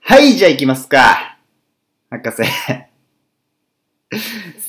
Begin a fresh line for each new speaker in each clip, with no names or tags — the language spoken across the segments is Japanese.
はい、じゃあ行きますか。博士。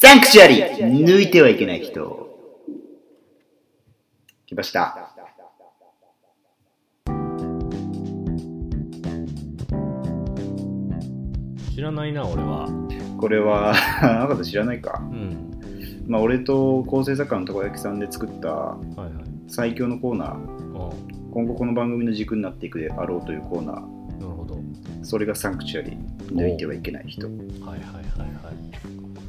サンクチュアリー抜いてはいけない人。来ました。
知らないな俺は
これは、博士知らないか。
うん
まあ、俺と構成作家のたこ焼きさんで作った
はいはい
最強のコーナー、
あ
今後この番組の軸になっていくであろうというコーナー、
あなるほど
それがサンクチュアリー抜いてはいけない人。
はいはいはいはい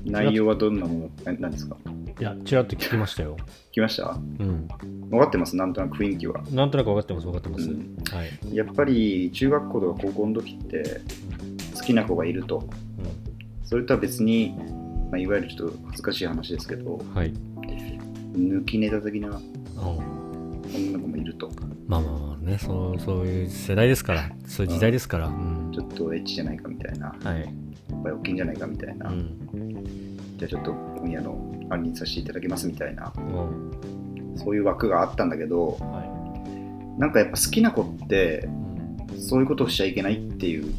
内容はどんなものななんですか
いやちらっと聞きましたよ
来ました
うん
分かってますなんとなく雰囲気は。
なんとなく分かってます分かってます、
うん
はい、
やっぱり中学校とか高校の時って好きな子がいるとそれとは別に、まあ、いわゆるちょっと恥ずかしい話ですけど
うん、はい
抜きネタ的な
うん
女の子もいると
まあまあまあねそうそういう世代ですからそういう時代ですから、うん
ちょっとエッチじゃないかみたいな
はい、
おっぱい大きいんじゃないかみたいな、
うん
じゃあちょっと今夜の案にさせていただきますみたいな
うん
そういう枠があったんだけど
は
なんかやっぱ好きな子って
いうん
そういうことをしちゃいけないっていう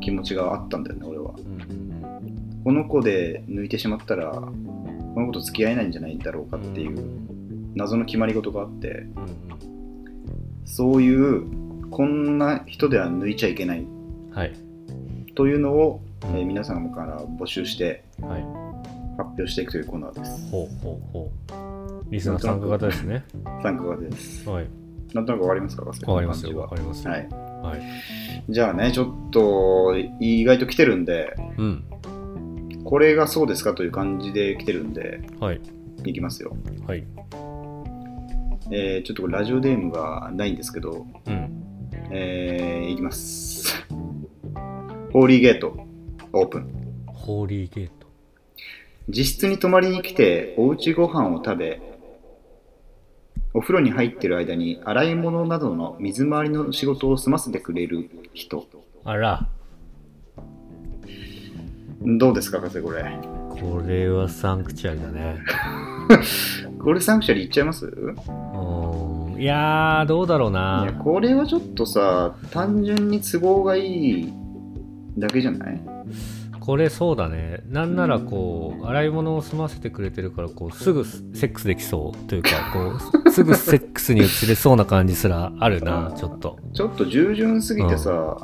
気持ちがあったんだよね俺は
うん
この子で抜いてしまったらこの子と付き合えないんじゃないだろうかっていううん謎の決まり事があって
うん
そういうこんな人では抜いちゃいけない
うんはい
というのを、えー皆さんから募集して
はい
発表していくというコーナーです。
ほうほうほうリスナー参加型ですね
参加型です。
はい
なんとなくわかりますかわ
わかりますよわ
は
かりますよ
い。
はい、
じゃあね、ちょっと意外と来てるんで、
うん
これがそうですかという感じで来てるんで、
はい
いきますよ。
はい
えーちょっとこれラジオデームがないんですけど、
うん
えーいきます。ホーリーゲート、オープン。
ホーリーゲート
自室に泊まりに来ておうちご飯を食べお風呂に入ってる間に洗い物などの水回りの仕事を済ませてくれる人
あら
どうですか博士これ
これはサンクチュアリだね
これサンクチュアリ行っちゃいます
うんいやーどうだろう
いや
な
これはちょっとさ単純に都合がいいだけじゃない
これそうだねなんならこう洗い物を済ませてくれてるからこうすぐセックスできそうというかこうすぐセックスに移れそうな感じすらある なちょっと
ちょっと従順すぎてさ、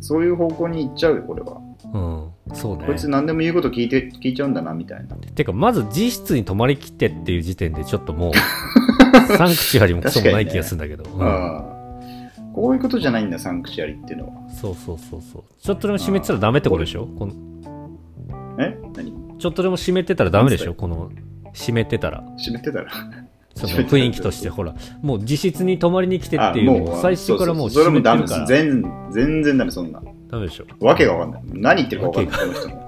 そういう方向に行っちゃうよこれは、
うんそうね
こいつ何でも言うこと聞いて聞いちゃうんだなみたいな
てかまず自室に泊まりきってっていう時点でちょっともう サンクチュアリもクソもない気がするんだけど、うん
ああこういうことじゃないんだサンクチュアリっていうのは
そうそうそうそうちょっとでも湿ってたらダメってことでしょこの
え何
ちょっとでも湿ってたらダメでし
なん
ょこの湿ってたら
湿ってたら
その雰囲気としてほらもう実質に泊まりに来てっていう
あ
のを最初からもう
そそ
湿
それ
って
も
るか
ダメ
ら
です全全然ダメそんな
ダメでしょ
わけがわかんない何言ってるかわかんないこの人もう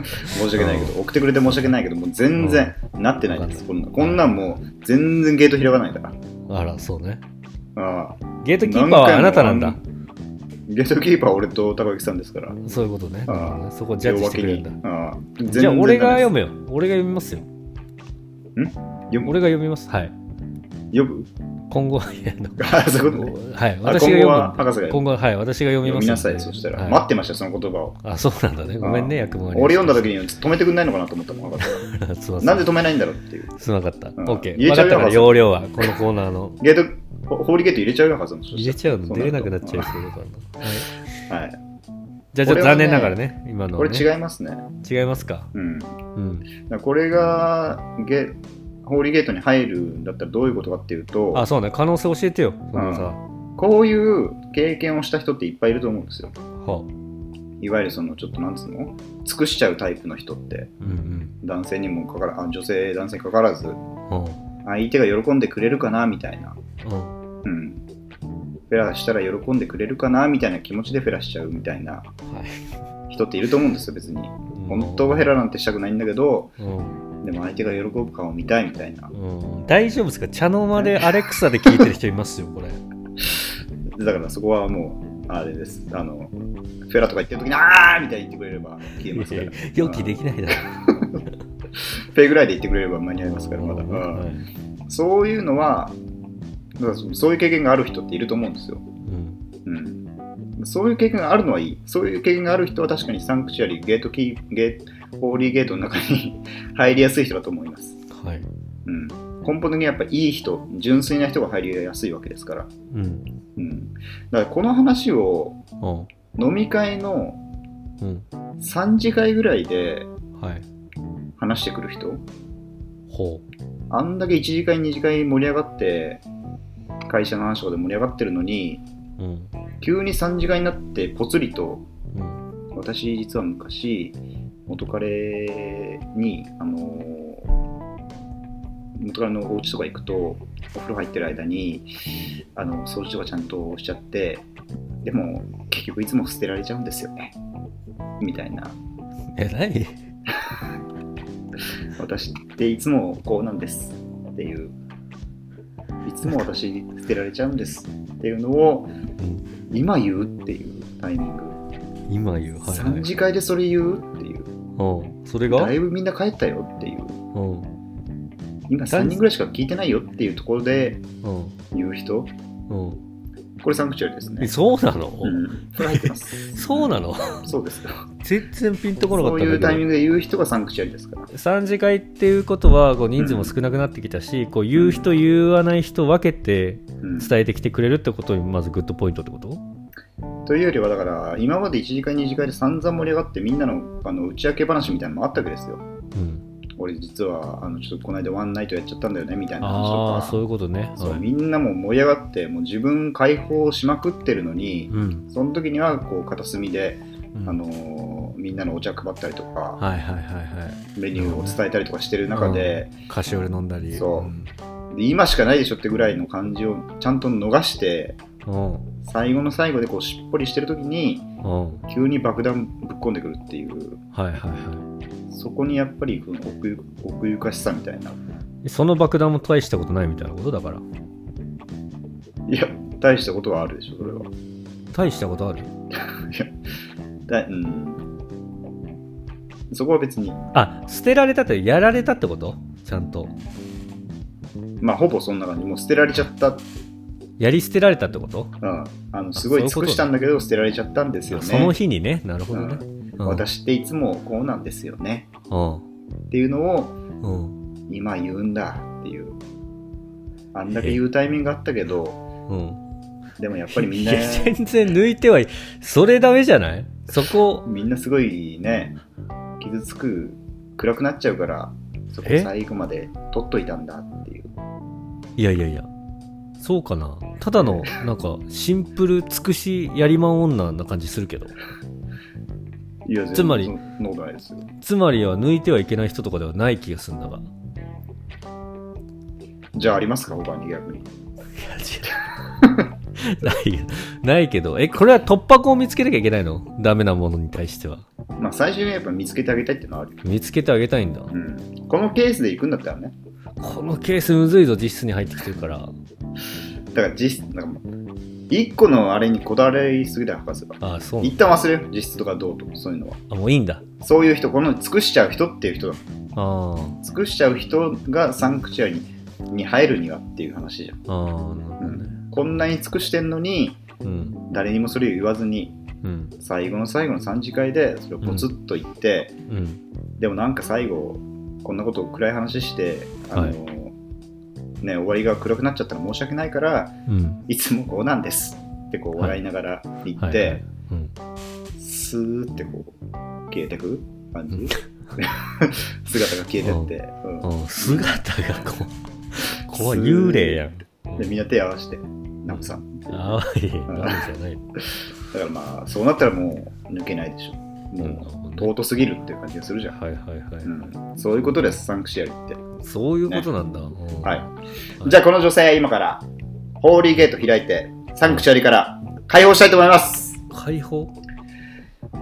ん申し訳ないけど送ってくれて申し訳ないけどもう全然なってないですこんなこんなんもう全然ゲート開かないから
あらそうね
ああ
ゲートキーパーはあなたなんだ
何回もゲートキーパーは俺と高木さんですから
そういうことね
ああ
なるほどねそこジャッジしてくれるんだ
両脇にああ全然
じゃあ俺が
ダ
読
メ
むよ俺が読みますよ
です読む
俺が読みますはい
読む
今後はいやあの
あそういうことね
はい、
あ
私
今後
が読
は
む。
博士が読む
今後は、はい、私が読み
読
ますんで。
みなさいそしたら
はい
待ってましたその言葉を
あ、そうなんだね。ごめんね、
あ
役回り。
俺読んだ時に止めてくんないのかなと思ったもん博士が
に。 すま
なんで
と
止めないんだろうっていう。
すまなかった。オ
ん
ッケー。
入れ
分
ちゃう
かっ
よ
たから、要領は、このコーナーの。
ゲート、ホホーリーゲート入れちゃうよ、はずも。そし
入
た
れ
ら
ちゃうの、出れなくなっちゃう
そ
そういうことなんだ。はい。
うなるとはい。
じゃあ、ちょっと残念ながらね、今の
こ
は
れ
ね。
違いますね。
違いますか。
うん。だか
うん。
らこれがゲ、ホーリーゲートに入るんだったらどういうことかっていう
あ、
と、
そうね。可能性教えてよ。そのさ。
こういう経験をした人っていっぱいいると思うんですよ。
はあ
いわゆるその、ちょっとなんつうの尽くしちゃうタイプの人って、
うん
男性にもかからあ女性、男性にかかわらず、
うん。は
相手が喜んでくれるかな、みたいな。
あうん。
うん。フェラしたら喜んでくれるかな、みたいな気持ちでフェラしちゃうみたいな
はい。
人っていると思うんですよ、別に。本当
は
はヘラなんてしたくないんだけど
うん。
でも相手が喜ぶ顔を見たいみたいな
うん。大丈夫ですか茶の間でアレクサで聞いてる人いますよ、これ。
だからそこはもうあれですあのフェラとか言ってる時に「あー!」みたいに言ってくれれば消えますから
予期できないだろ。
フェぐらいで言ってくれれば間に合いますからまだ、
は
う
い
んそういうのはだからそそういう経験がある人っていると思うんですよ、
うん
うん、そういう経験があるのはいい。そういう経験がある人は確かにサンクチュアリー、ゲートキー、ゲーホーリーゲートの中に 入りやすい人だと思います。
はい。
うん。根本的にやっぱいい人、純粋な人が入りやすいわけですから。
うん。
うん。だからこの話を
うん。
飲み会の
うん。
3次会ぐらいで
はい。
話してくる人
ほ
あんだけ1次会2次会盛り上がって会社の話とかで盛り上がってるのに
う。うん。
急に3次会になってぽつりと
うん。
私実は昔元彼にあの元彼のお家とか行くとお風呂入ってる間にあの掃除とかちゃんとしちゃってでも結局いつも捨てられちゃうんですよねみたいな
えらい
私っていつもこうなんですっていういつも私捨てられちゃうんですっていうのを
うん。
今言うっていうタイミング、
今言う。はい、は
3
い。
次会でそれ言うっていう
うん。それが
だいぶみんな帰ったよっていう
うん。うん。
今3人ぐらいしか聞いてないよっていうところで言う人
うん。
これサンクチュアリです
え
ね
そうなの、
うん、これ入ってます
そうなの
そうですよ
全然ピンとこなか
そ
っ
う
たん
い
だ
うタイ
け
ミン
ど。
グで言う人がサンクチュアリですから
3次会っていうことはこう人数も少なくなってきたし、こう言う人言わない人分けて
うん
伝えてきてくれるってことにまずグッドポイントってこと
というよりはだから今まで1次会2次会で散々盛り上がってみんなのあの打ち明け話みたいなのもあったわけですよ
うん、
俺実はあのちょっとこの間ワンナイトやっちゃったんだよねみたいな話
ああ
とか
そういうことね
そう
はい
みんなもう盛り上がってもう自分解放しまくってるのに
うん
その時にはこう片隅で、
うん
あのーみんなのお茶配ったりとか
はいはいはいはい
メニューを伝えたりとかしてる中で、
カシオレ飲んだり
そうんで今しかないでしょってぐらいの感じをちゃんと逃して
うん
最後の最後でこうしっぽりしてる時に
うん
急に爆弾ぶっ込んでくるっていう
はいはいは
そこにやっぱりこの奥ゆ奥ゆかしさみたいない
その爆弾も大したことないみたいなことだから
いや大したことはあるでしょそれは。
大したことある
だうん、そこは別に、
あ捨てられたってやられたってことちゃんと
まあ、ほぼそんな感じ、もう捨てられちゃった、うん、
やり捨てられたってこと
あのすごい尽
そういうこと
くしたんだけど、捨てられちゃったんですよね。
その日にねなるほどね、うん、
私っていつもこうなんですよね
うん
っていうのを
うん
今言うんだっていうあんだけ言うタイミングがあったけど
うん
でもやっぱりみんない
や全然抜いてはいそれダメじゃないそこ
みんなすごいね傷つく暗くなっちゃうからそこ
え
最後まで取っといたんだっていう
いやいやいや、そうかな。ただの、なんか、シンプル、尽くし、やりまん女な感じするけど。
いや全然
つまり
そんなことないですよ
つまりは、抜いてはいけない人とかではない気がするん だが。い
じゃあありますか他に逆に
や、違う。ないよ。ないけど。え、これは突破口を見つけなきゃいけないのダメなものに対しては。
まあ、最終にやっぱ見つけてあげたいってのはあるよ、
見つけてあげたいんだ。
うん、このケースで行くんだったらね
このケースむずいぞ、実質に入ってきてるから。
だから実なんか1個のあれにこだわりすぎだよ博士が
ああ、そうなん
一旦忘れよう実質とかどうとかそういうのは
あ、もういいんだ。
そういう人この尽くしちゃう人っていう人だ
あ
尽くしちゃう人がサンクチュアリにに入るにはっていう話じゃん
あ、ああ、なるほどね。
こんなに尽くしてんのに
うん、
誰にもそれを言わずに
うん、
最後の最後の3次会でそれをポツッと言って、
うん。
でもなんか最後こんなことを暗い話してあの、
はい
ね、終わりが暗くなっちゃったら申し訳ないから
うん。
いつもこうなんですってこう笑いながら言って、
はいはい。うん。
スーってこう消えてく感じ 姿が消えてって、うん
うん姿がこ う、怖い。幽霊やん。
でみんな手合わせて「ナムさん」だか
ああ、いや、なんじゃない。
らまあそうなったらもう抜けないでしょもう尊すぎるっていう感じがするじゃん、
はいはいはい。
うん、そういうことですサンクシアリって
そういうことなんだ。うん
はい、じゃあこの女性今からホーリーゲート開いてサンクシアリから解放したいと思います
解放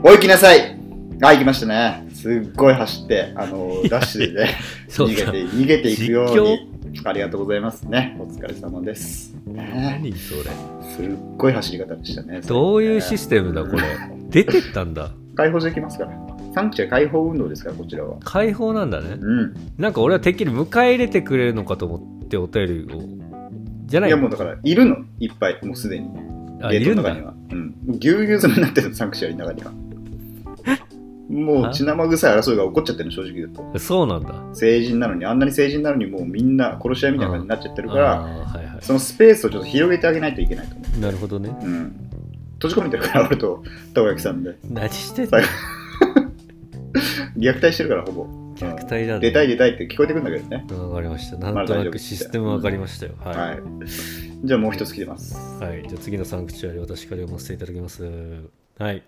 お行きなさいあ行きましたねすっごい走ってあ のダッシュでね
そ
逃
う
げて
だ。
逃げていくようにありがとうございますねお疲れ様です、ね、
何それ。
すっごい走り方でしたね
どういうシステムだ、これ。出てったんだ。
解放していきますから。サンクチュア解放運動ですから、こちらは。
解放なんだね。
うん。
なんか俺はてっきり迎え入れてくれるのかと思ってお便りを。じゃないい
や、もうだから、いるの、いっぱい、もうすでに。
あ、い
冷凍
るん
の
だ
中に。は。うん。ぎゅうぎゅう詰めになってる、サンクチュアリの中には。もう血生臭い争いが起こっちゃってるの、正直言うと。
そうなんだ。
成人なのに、あんなに成人なのに、もうみんな殺し合いみたいな感じになっちゃってるから、
あーはいは
そのスペースをちょっと広げてあげないといけないと思
い。なるほどね。
う。うん。閉じ込めてるから、俺と、たこ焼きさんで。
何してん
さ
の
虐待してるから、ほぼ。
虐待だね。
出たい出たいって聞こえてくるんだけどね。
わかりました。
あ
なんと
大丈夫
なくシステムわかりましたよ。はい。
はい。じゃあもう一つ来てます。
はい、じゃあ次のサンクチュアリ私から読ませていただきますはい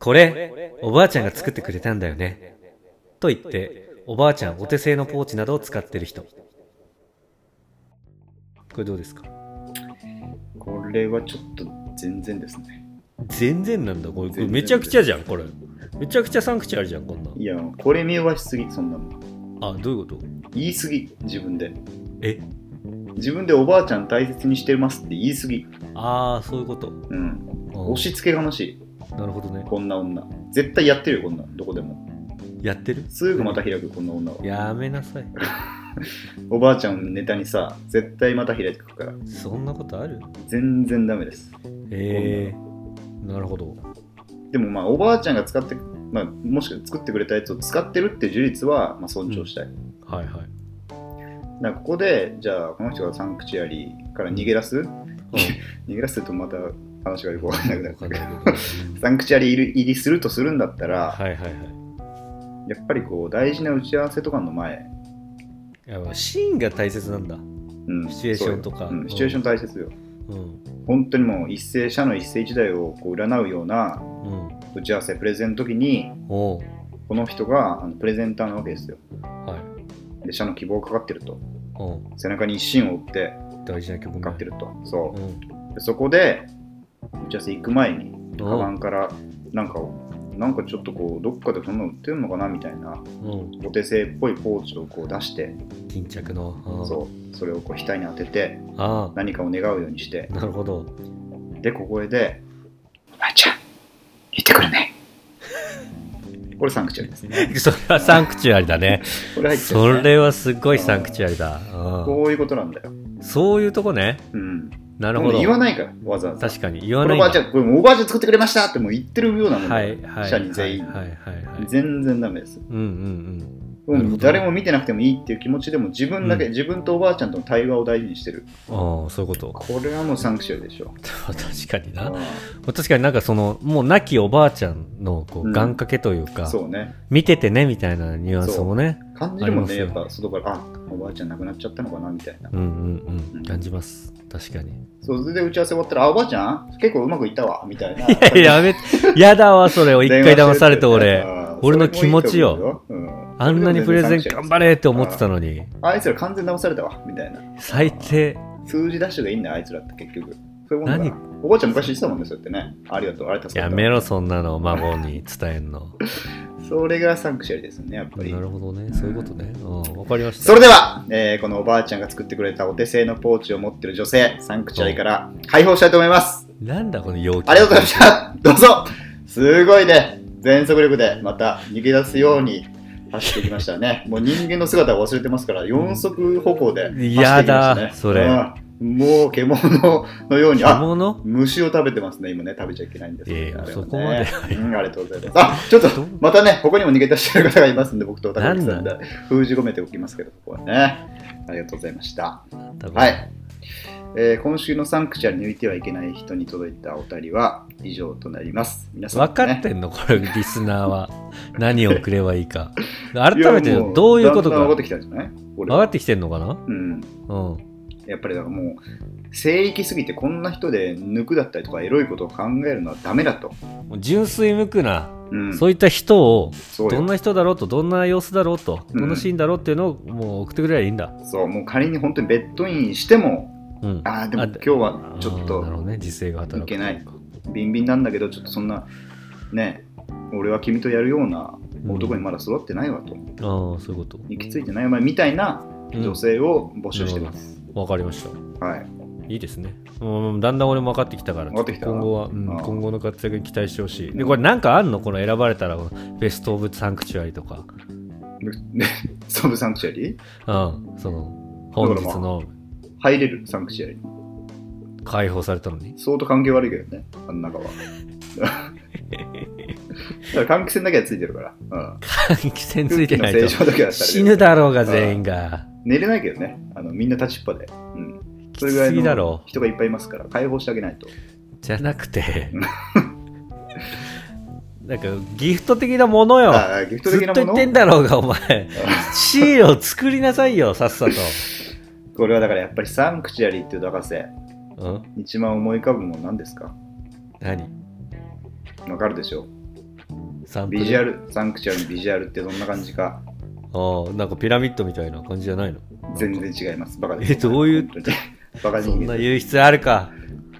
これおばあちゃんが作ってくれたんだよねと言っておばあちゃんお手製のポーチなどを使ってる人これどうですか
これはちょっと全然ですね。
全然なんだこれ
全然
めちゃくちゃじゃんこれめちゃくちゃサンクチュアリじゃんこん
いや、これ見逃しすぎ、そんなの。
なんあどういうこと
言いすぎ、自分で。
え
自分でおばあちゃん大切にしてますって言いすぎ。
ああそういうこと
うん。
うん
押し付けがましい、
なるほどね
こんな女。絶対やってるよ、こんなのどこでも。
やってる
すぐまた開く、こんな女は。
やめなさい
おばあちゃんのネタにさ、絶対また開いてくるから。
そんなことある
全然ダメです。
ええー、なるほど
でもまあ、おばあちゃんが使って、まあ、もしくは作ってくれたやつを使ってるっていう事実は、まあ、尊重したい。
はいはい
だからここで、じゃあ、この人がサンクチュアリから逃げ出す 逃げ出すとまた話がよくわかんなくなる
わかんないけど
サンクチュアリ入り入りするとするんだったら、
はいはいはい
やっぱりこう大事な打ち合わせとかの前、
いやまあシーンが大切なんだ
うん
シチュエーションと
そう
か
ようんシチュエーション大切よ、
うん
本当にもう一世社の一世一代をこう占うような
うん
打ち合わせプレゼンの時に
おう
この人があのプレゼンターなわけですよ
はい
で社の希望かかってると
おう
背中に一心を追って
大事な曲
かかって
る
ると、そううでそこで打ち合わせ行く前に
ん
カバンからなんかをなんかちょっとこうどっかでそんなの売ってるのかなみたいな
うん
お手製っぽいポーチをこう出して、
巾着のうん
そうそれをこう額に当てて
あ
何かを願うようにして
あなる ほど
でここで「あいちゃん行ってくるね」 これサンクチュアリですね
それはサンクチュアリだね
これ入って
そ
る、ね、
れはすごいサンクチュアリだうん
こういうことなんだよ、
そういうとこね
うん、
なる
も
ほ
う
ど
言わないからわざわざ
確かに言
こ
わ
れ
な
お
い
ばあちゃ
ん
んこれもうおばあちゃん作ってくれましたってもう言ってるようなもんだ
は
よ
いはい
社に全員、
はいはいはい
全然ダメです
うんうん
も
なるほ
う
ど
誰も見てなくてもいいっていう気持ちでも自分だけ、
うん
自分とおばあちゃんとの対話を大事にしてる
うんああそういうこと
これはもうサンクチュアリでしょ
確かにな
う
確かになんかそのもう亡きおばあちゃんのこ
う
う
ん
願掛けというか、
んそうね
見ててねみたいなニュアンスもね
感じるもん
あ
ね
り
や
ま
っ
すよ
ぱ外からあおばあちゃん亡くなっちゃったのかなみたいな
うんうん
う
うんん感じます 確かに
そうそれで打ち合わせ終わったらあおばあちゃん結構うまくいったわみたい な
やめやだわそれを一回騙されて
電
俺
話してるって
俺の気持ち
そ
よ
れもいいと思うようん
あんなにプレゼン頑張れって思ってたのに
あいつら完全騙されたわみたいな
最低
数字出してがいいんだよあいつらって結局そういうもんだから
何
おばあちゃん昔言ってたもんねそうやってねありがとうありがとう
やめろそんなの孫に伝えんの
それがサンクシャリですよねやっぱり
なるほどねそういうことねうんわかりました
それでは、えーこのおばあちゃんが作ってくれたお手製のポーチを持ってる女性サンクチュアリから解放したいと思います
なんだこの陽気
ありがとうございました。どうぞ。すごいね。全速力でまた逃げ出すように走ってきましたね。もう人間の姿を忘れてますから、四足歩行で走ってきました、ね。
やだそれ
うんもう獣のように。あ
物
虫を食べてますね、今ね、食べちゃいけないんですけど
いやいや
あれはね
そこまで
うん、ありがとうございます。あちょっと、またね、ここにも逃げ出してる方がいますんで、僕と高木さんで
な
封じ込めておきますけど、ここはね。ありがとうございました。
多分
はい、えー今週のサンクチュアリ抜いてはいけない人に届いたお便りは以上となります。皆さん、ね、
分かってんのこれリスナ ーは何をくればいいか改め
い
て
やも
どういうことか
だんだん分かって
分
きたんじゃない俺
かってきてんのかな
うん。
うん
やっぱりだからもう、聖域すぎてこんな人で抜くだったりとか、エロいことを考えるのはダメだと。
もう純粋無垢な、
うん、
そういった人を
そう
ど
よ
んな人だろうとどんな様子だろうと、
うん
どんなシーンだろうっていうのをもう送ってくれりゃいいんだ、
そう、もう仮に本当にベッドインしても、
うん、
ああ、でも
あ
今日はちょっ
あーなるほ
と
どね時勢が働く
いけないビンビンなんだけど、ちょっとそんな、ね、俺は君とやるような男にまだ育ってないわと、
ああーそういうこと
行き着いてないわみたいな
うん
女性を募集してます。
わかりました
はい、
いいですね、うん、だんだん俺も分かってきたから
分かってきた
今後は、うん
あー
今後の活躍に期待してほしいでこれなんかあんのこの選ばれたらベスト・オブ・サンクチュアリとか
で サブサンクチュアリ
うん、その、本日の、
入れるサンクチュアリ
解放されたの に。
相当関係悪いけどね、あの 中は。だから換気扇だけはついてるから、
換気扇
うん、
ついてない
空
と
気の。正常だけはされ
死
る
ぬだろうが、全員が。
寝れないけどねあの、みんな立ちっぱで、うん、
き
それぐら
つ
い
すぎだろ
の人がいっぱいいますから、解放してあげないと。
じゃなくて
う、
なんかギフト的なものよ。
ああギフト
ず
的
っ
な
と言
も
っ
の
てんだろうが、お前。シールを作りなさいよ、さっさ
これはだからやっぱりサンクチュアリーっていう高瀬、
と。うん
一番思い浮かぶもの何ですか
何
わかるでしょ
サンプル
ビジュアル、サンクチュアリーのビジュアルってどんな感じか、
ああ、なんかピラミッドみたいな感じじゃないの
全然違います。バカです。
えどういう
本当にバカ
そん
人
な
間。
言う必要あるか。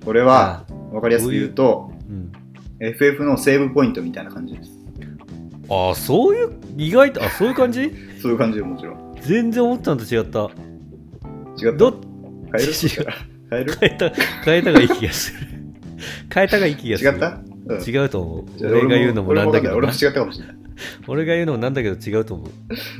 これは、わかりやすく言うと、
あ、うん、
FF のセーブポイントみたいな感じです。
ああ、そういう、意外と、あそういう感じ
そういう感じでもちろん。
全然思ったのと違った。
違った
どっ
変える
違う
変える
変えた、変えたがいい気がする。変えたがいい気がする。
違った、うん
違うと思う。
じゃあ
俺が言うのもなんだけど
俺
な
も分かんない俺も違ったかもしれない。
俺が言うのもなんだけど違うと思う。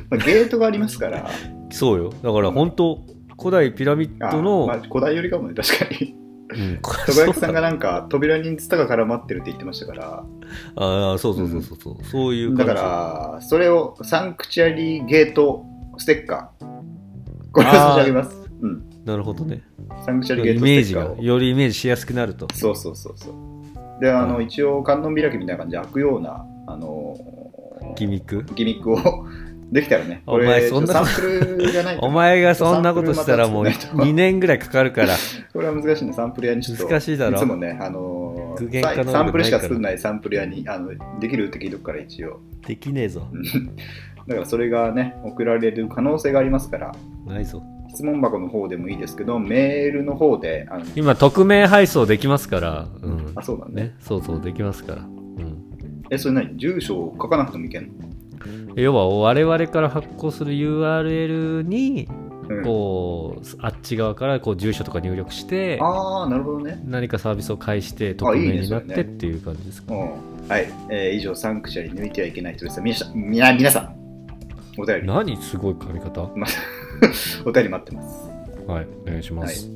まあ、ゲートがあります から、
そうよ。だから本当、古代ピラミッ
あ
ドの、
まあ、古代よりかもね、確か に。
うん、こ
たこ焼きさんが
そう
なんか、扉にツタが絡まってるって言ってましたから、
ああ、そうそうそうそうそう、そういう
だ
感じ。
から、それをサンクチュアリーゲートステッカー、これを差し上げます。うん、
なるほどね。
サンクチュアリーゲー
イ
トステ
メージ
ッカー
が
を。
よりイメージしやすくなると。
そうそうそうそう。で、あの、
うん
一応、観音開きみたいな感じで開くような、あのー
ギミック。
ギミックを できたらね、
お前そんな
サンプルじゃないと
お前がそんなことしたらもう
サンプルまた作んないと
2年ぐらいかかるから、
これは難しいね、サンプル屋にちょっと。
難しいだろ
つもね、あのー
具現化能力
サンプルしか作んないサンプル屋に、あのできるって聞いとくから、一応。
できねえぞ
う。んだからそれがね、送られる可能性がありますから、
ないぞ。
質問箱の方でもいいですけど、メールの方で、あの
今、匿名配送できますから、うん
あ、。そうなんね。
ね、そうそう、できますから。うん。
え、それ何住所を書かなくてもいけんの
要は、我々から発行する URL に、
うん、
こう、あっち側からこう住所とか入力して、
ああ、なるほどね。
何かサービスを介して、匿名になっ
あいいねそ
て
れね
っていう感じですか。
うんはい、えー以上、サンクチュアリ抜いてはいけない人でした。みなさん、みな皆さん、お便り、
何すごい髪型
お便り待ってます。
はい、お願いします。